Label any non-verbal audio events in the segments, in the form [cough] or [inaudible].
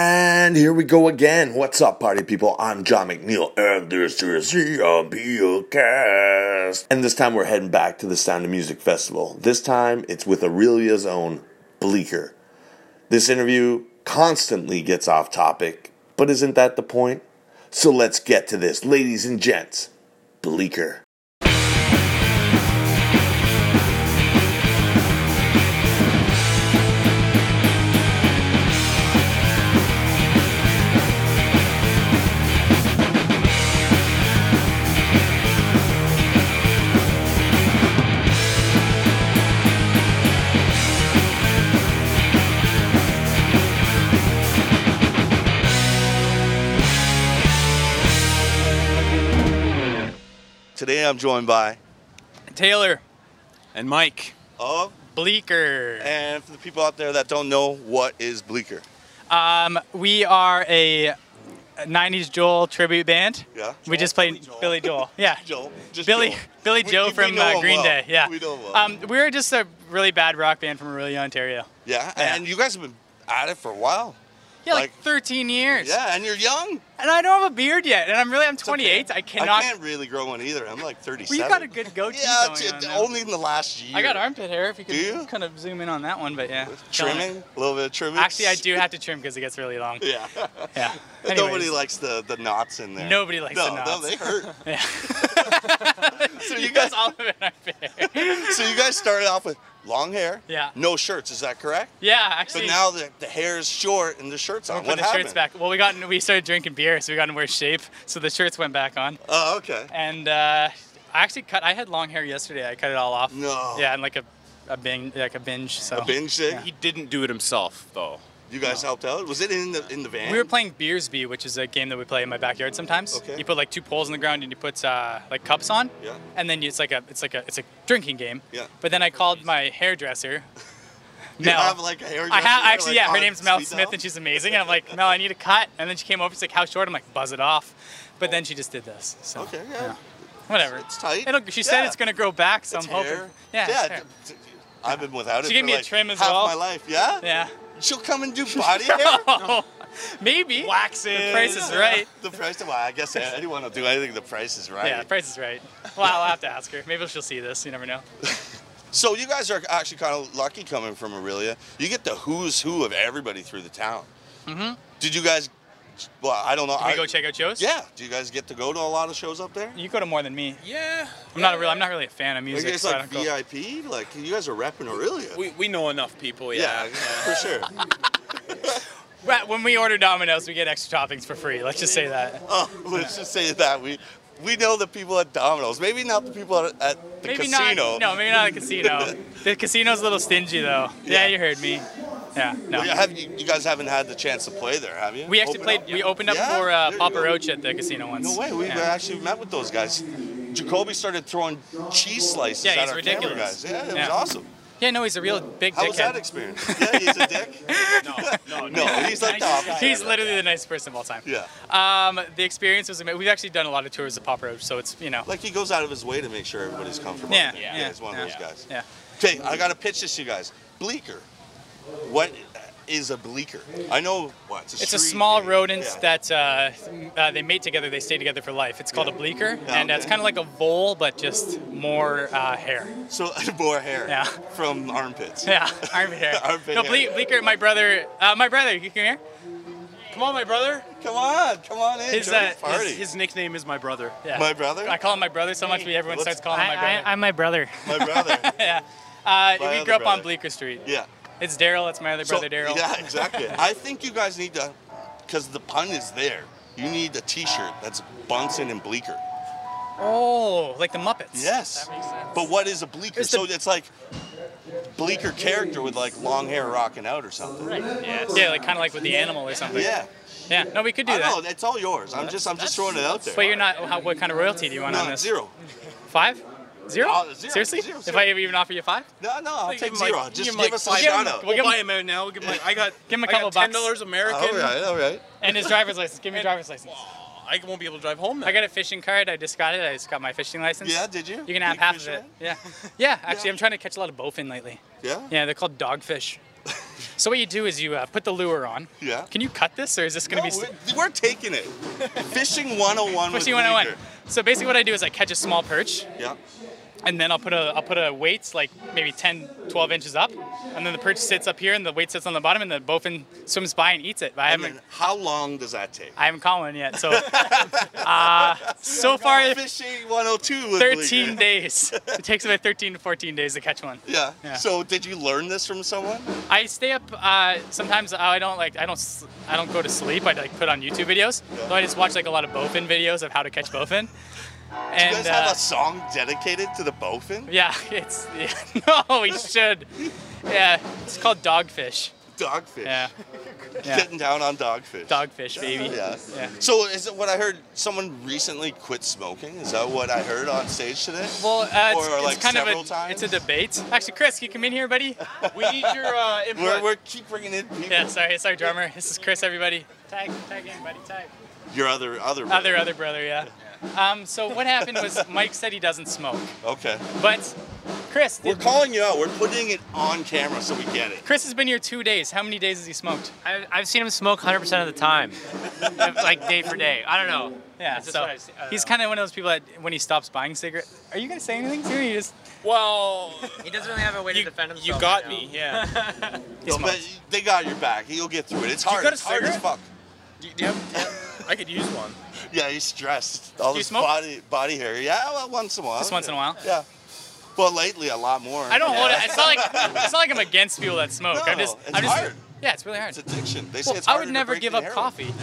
And here we go again. What's up, party people? I'm John McNeil, and this is the Appeal Cast. And this time we're heading back to the Sound of Music Festival. This time it's with Aurelia's own Bleaker. This interview constantly gets off topic, but isn't that the point? So let's get to this, ladies and gents. Bleaker. Today I'm joined by Taylor and Mike of, Bleaker. and for the people out there that don't know, what is Bleaker? Um, we are a 90s Joel tribute band. Yeah, Joel, we just played Billy Joel. Billy [laughs] Joel. Yeah. Joel, just Billy Joel. Billy We- Joe we from know uh, him Green well. Day. Yeah. We know him well. Um, we were just a really bad rock band from Aurelia, Ontario. Yeah, Yeah. and you guys have been at it for a while. Yeah, like, Like- 13 years. Yeah, and you're young. And I don't have a beard yet, and I'm really I'm okay. 28. I cannot. I can't really grow one either. I'm like 37. well, you got a good goatee yeah, going t- on. t- though. only in the last year. I got armpit hair. If you could Do you? kind of zoom in on that one, but yeah. Killing it. trimming, a little bit of trimming. Actually, I do have to trim because it gets really [laughs] long. Yeah. Yeah. Nobody Anyways. likes the, the knots in there. Nobody likes no, the No, knots. they hurt. [laughs] Yeah. so [laughs] you you guys all live in our fair. so you guys started off with long hair. Yeah. No shirts. Is that correct? Yeah, But actually. now the, the hair is short and the shirts we're on. putting What the happened? shirts back. Well, we got in- we started drinking beer, so we got in worse shape. So the shirts went back on, Oh, okay. and uh, I actually cut. I had long hair yesterday. I cut it all off. No. Yeah, and like a, a binge, like a binge. So Binge thing. He didn't do it himself, though. You guys helped out. Was it in the in the van? we were playing Beersby, which is a game that we play in my backyard sometimes. Okay. You put like two poles in the ground and you put uh, like cups on. Yeah. And then you, it's like a it's like a it's a drinking game. Yeah. But then I called my hairdresser. [laughs] You Mel. have like a hair. I dresser, have actually, like, yeah. Her on name's Mel speed Smith, dial? and she's amazing. And I'm like, Mel, I need a cut. And then she came over. She's like, How short? I'm like, Buzz it off. But then she just did this. So Okay, yeah. whatever. It's tight. It'll, she said Yeah. it's gonna grow back, so It's I'm hoping. hair. Yeah. it's hair. d- d- d- I've been without it. She gave for me a like trim as half well. my life. Yeah. yeah. [laughs] Oh, She'll come and do body hair. Maybe. Waxes. The price is right. The price. Well, I guess anyone will do anything. The price is right. Yeah, the price is right. Well, I'll have to ask her. Maybe she'll see this. You never know. So you guys are actually kind of lucky coming from Aurelia. You get the who's who of everybody through the town. Mm-hmm. Did you guys? Well, I don't know. Can we I- go check out shows? Yeah. Do you guys get to go to a lot of shows up there? You go to more than me. Yeah. I'm not a real. I'm not really a fan of Are you music. guys so I like don't go. VIP? Like you guys are repping Aurelia. We, we know enough people, yeah, yeah. for sure. [laughs] Right, When we order Domino's, we get extra toppings for free. Let's just say that. Oh, let's just say that we we know the people at Domino's. Maybe not the people at, at the maybe casino. not. No, maybe not a casino. the casino's a little stingy though. Yeah, Yeah. you heard me. Yeah, no. Well, you have- you, you guys haven't had the chance to play there, have you? We actually Open played. up? We opened up Yeah? for uh, There you Papa go. Roach at the casino once. No way. We yeah. actually met with those guys. Jacoby started throwing cheese slices Yeah, at he's our camera ridiculous. guys. Yeah, it Yeah. was awesome. Yeah, no, he's a real big How dickhead. was that experience? yeah, he's a dick. [laughs] [laughs] No, No, he's like the opposite. He's literally the nicest person of all time. Yeah. Um, the experience was amazing. We've actually done a lot of tours of Papa Roach, so it's you know. Like he goes out of his way to make sure everybody's comfortable. yeah, He's yeah, he's one yeah, of those guys. Yeah. Okay, I gotta pitch this to you guys. Bleaker. What is a bleaker? I know what it's a, It's a street small name. rodent Yeah. that uh, uh, they mate together. They stay together for life. It's called a bleaker, Yeah, and okay. it's kind of like a vole, but just more uh, hair. So [laughs] more hair. Yeah. From armpits. Yeah, [laughs] armpit hair. Armpit no, hair. Ble- bleaker. My brother. Uh, my brother. You come here. Come on, my brother. Come on, come on in. Is join that- the party. His nickname is my brother. Yeah. My brother? I call him my brother so much, but everyone What's- starts calling him my brother. am my brother. My brother. [laughs] yeah. Uh, My we other grew up brother. on Bleecker Street. yeah. It's Daryl. That's my other So- brother, Daryl. Yeah, exactly. I think you guys need to, because the pun is there. You need a T-shirt that's Bunsen and Bleaker. Oh, like the Muppets. Yes. That makes sense. But what is a Bleaker? It's the- so it's like Bleaker character with like long hair rocking out or something. Right. Yeah, like kind of like with the animal or something. Yeah. Yeah. No, we could do I that. know. It's all yours. I'm just I'm just throwing it out there. But you're not. How, what kind of royalty do you want no, on this? zero. Five? Zero? Oh, zero, Seriously? zero, If zero. I even offer you five? No, no. I'll Like, take give him, zero. like- just give give him, like, us a five shout dollars. out. We'll We'll give him- buy him out now. We'll give him [laughs] like, I got, Give him a I couple got bucks. $10 American. All right. All right. And his driver's license. Give me your driver's license. I won't be able to drive home now. I got a fishing card. I just got it. I just got my fishing license. Yeah. Did you? You can have Big half of fisherman? [laughs] it. Yeah. Yeah, actually, I'm trying to catch a lot of bowfin lately. Yeah. [laughs] Yeah, they're called dogfish. So what you do is you uh, put the lure on. Yeah. Can you cut this, or is this going to No, be? [laughs] s- Oh, oh we're, we're taking it. Fishing 101 with Pushing 101. Uyghur. So basically, what I do is I catch a small perch, Yeah. and then I'll put a I'll put a weights like maybe 10, 12 inches up, and then the perch sits up here, and the weight sits on the bottom, and the bowfin swims by and eats it. But I And haven't then how long does that take? I haven't caught one yet. [laughs] So uh, so far, Fishing 102 with Uyghur. 13 days. It takes about 13 to 14 days to catch one. Yeah. Yeah. So did you learn this from someone? I stay up. Uh, sometimes I don't like. I don't. s- I don't go to sleep. I like put on YouTube videos. So I just watch like a lot of bowfin videos of how to catch bowfin. You And guys have uh, a song dedicated to the bowfin? yeah, [laughs] it's yeah, [laughs] no, we should. Yeah, it's called dogfish. Dogfish. Yeah, yeah, Getting down on dogfish. dogfish, baby. Yeah. Yeah. So is it what I heard? Someone recently quit smoking. Is that what I heard on stage today? Well, uh, it's, or it's like kind of several a times. it's a debate. Actually, Chris, you come in here, buddy. We need your uh, [laughs] input. We're, we're keep bringing in people. Yeah, sorry, it's our drummer. This is Chris, everybody. Tag, tag in, buddy, tag. Your other other. Other, other brother, yeah. Um, so what happened was Mike said he doesn't smoke, Okay. but Chris, We're did, calling you out. We're putting it on camera so we get it. Chris has been here two days. How many days has he smoked? I, I've seen him smoke 100% of the [laughs] time, like day for day. I don't know. Yeah, That's just so what I've seen. I don't he's know. kind of one of those people that when he stops buying cigarettes, are you gonna say anything to me? You just [laughs] well, He doesn't really have a way to you, defend himself. you got right me. now. Yeah. he No, but smokes. they got your back. You'll get through it. It's hard. got a it's hard as fuck. cigarette? Do you- do you have- yeah, [laughs] I could use one. Yeah, he's stressed. All you his smoke? body body hair. Yeah, well, once in a while. Just once in a while. Yeah. Well, lately a lot more. I don't hold it. It's not like it's not like I'm against people that smoke. I'm No, just it's I'm just hard. yeah, it's really hard. It's addiction. They say Well, it's I harder would to never break give than up heroin. coffee.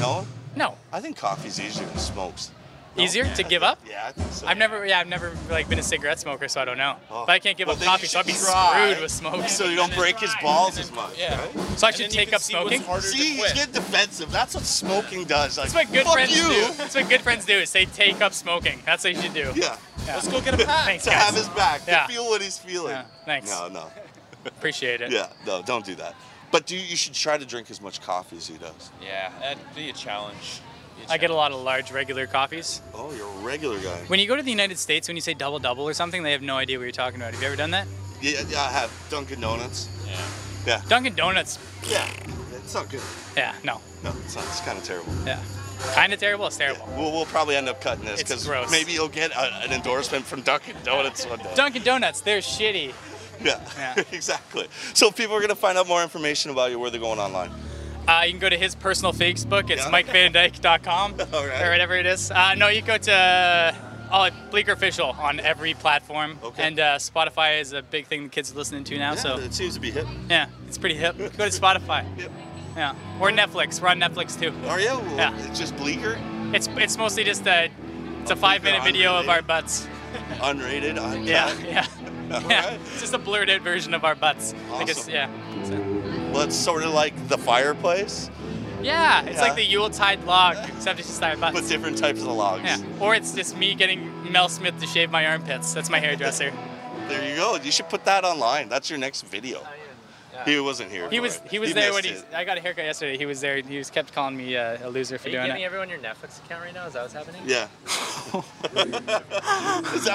No, No, I think coffee's easier than smokes. easier to give up. Yeah, I think so. I've never, yeah, I've never like been a cigarette smoker, so I don't know. Oh. But I can't give Well, up then you coffee, so I'd be should try. screwed with smoke. So you don't break his balls as much. Yeah. right? So I And should then you take can up see what's smoking. harder to See, he's quit. getting defensive. That's what smoking does. Like, That's what good fuck friends you. do. That's what good friends do is say take up smoking. That's what you should do. Yeah. Yeah. Let's go get [laughs] a pack. Thanks, To guys. have his back. Yeah. To feel what he's feeling. Yeah, thanks. No, no. Appreciate it. Yeah, no, don't do that. But do you should try to drink as much coffee as he does. Yeah, that'd be a challenge. Be I get a challenge. lot of large regular coffees. Oh, you're a regular guy. When you go to the United States, when you say double double or something, they have no idea what you're talking about. Have you ever done that? Yeah, yeah, I have Dunkin' Donuts. Yeah. Yeah. Dunkin' Donuts. Yeah. It's not good. Yeah, no. No, it's not. It's kind of terrible. Yeah. Kind of terrible. It's terrible. We'll, we'll probably end up cutting this It's because gross. maybe you'll get a, an endorsement from Dunkin' Donuts one day. Dunkin' Donuts, they're shitty. yeah, Yeah. [laughs] exactly. So if people are gonna find out more information about you where they're going online. Uh, you can go to his personal Facebook. It's Yeah. mikevandyke.com [laughs] All right. or whatever it is. Uh, no, you go to oh, Bleaker Official on every platform. Okay. And uh, Spotify is a big thing the kids are listening to now. yeah, so it seems to be hit. yeah, it's pretty hip. Go to Spotify. Yep. Yeah. Or Netflix. We're on Netflix too. Are you? Well, Yeah. It's just bleaker, It's it's mostly just a it's a five minute video of our butts. unrated, uncut. Yeah, [laughs] yeah. yeah. Alright. It's just a blurred out version of our butts. Like it's, Awesome. yeah. So- Well, it's sort of like the fireplace, yeah, it's Yeah. like the Yuletide log, except it's just our butts. but different types of logs. Yeah. Or it's just me getting Mel Smith to shave my armpits. That's my hairdresser. There you go. You should put that online. That's your next video. He wasn't here. Oh, He for was it. he was there when missed he it. I got a haircut yesterday. He was there. He was kept calling me uh, a loser for Are you doing giving it. everyone your Netflix account right now? Is that what's happening? Yeah. [laughs] Is that what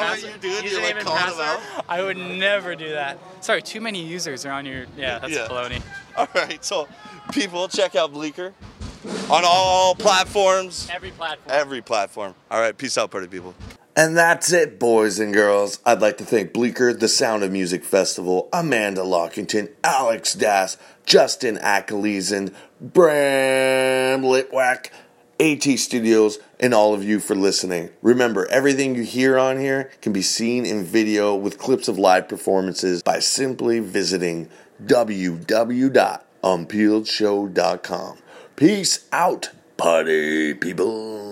Password- you're doing? You're username like and calling him out? password? I would never do that. Sorry, too many users are on your Yeah, that's Yeah. baloney. [laughs] All right, so people, check out Bleaker on all platforms, Every platform. every platform. All right, peace out, party people. And that's it, boys and girls. I'd like to thank Bleaker, the Sound of Music Festival, Amanda Lockington, Alex Das, Justin Acklesen, Bram Litwack, AT Studios, and all of you for listening. Remember, everything you hear on here can be seen in video with clips of live performances by simply visiting www.unpeeledshow.com. Peace out, party people.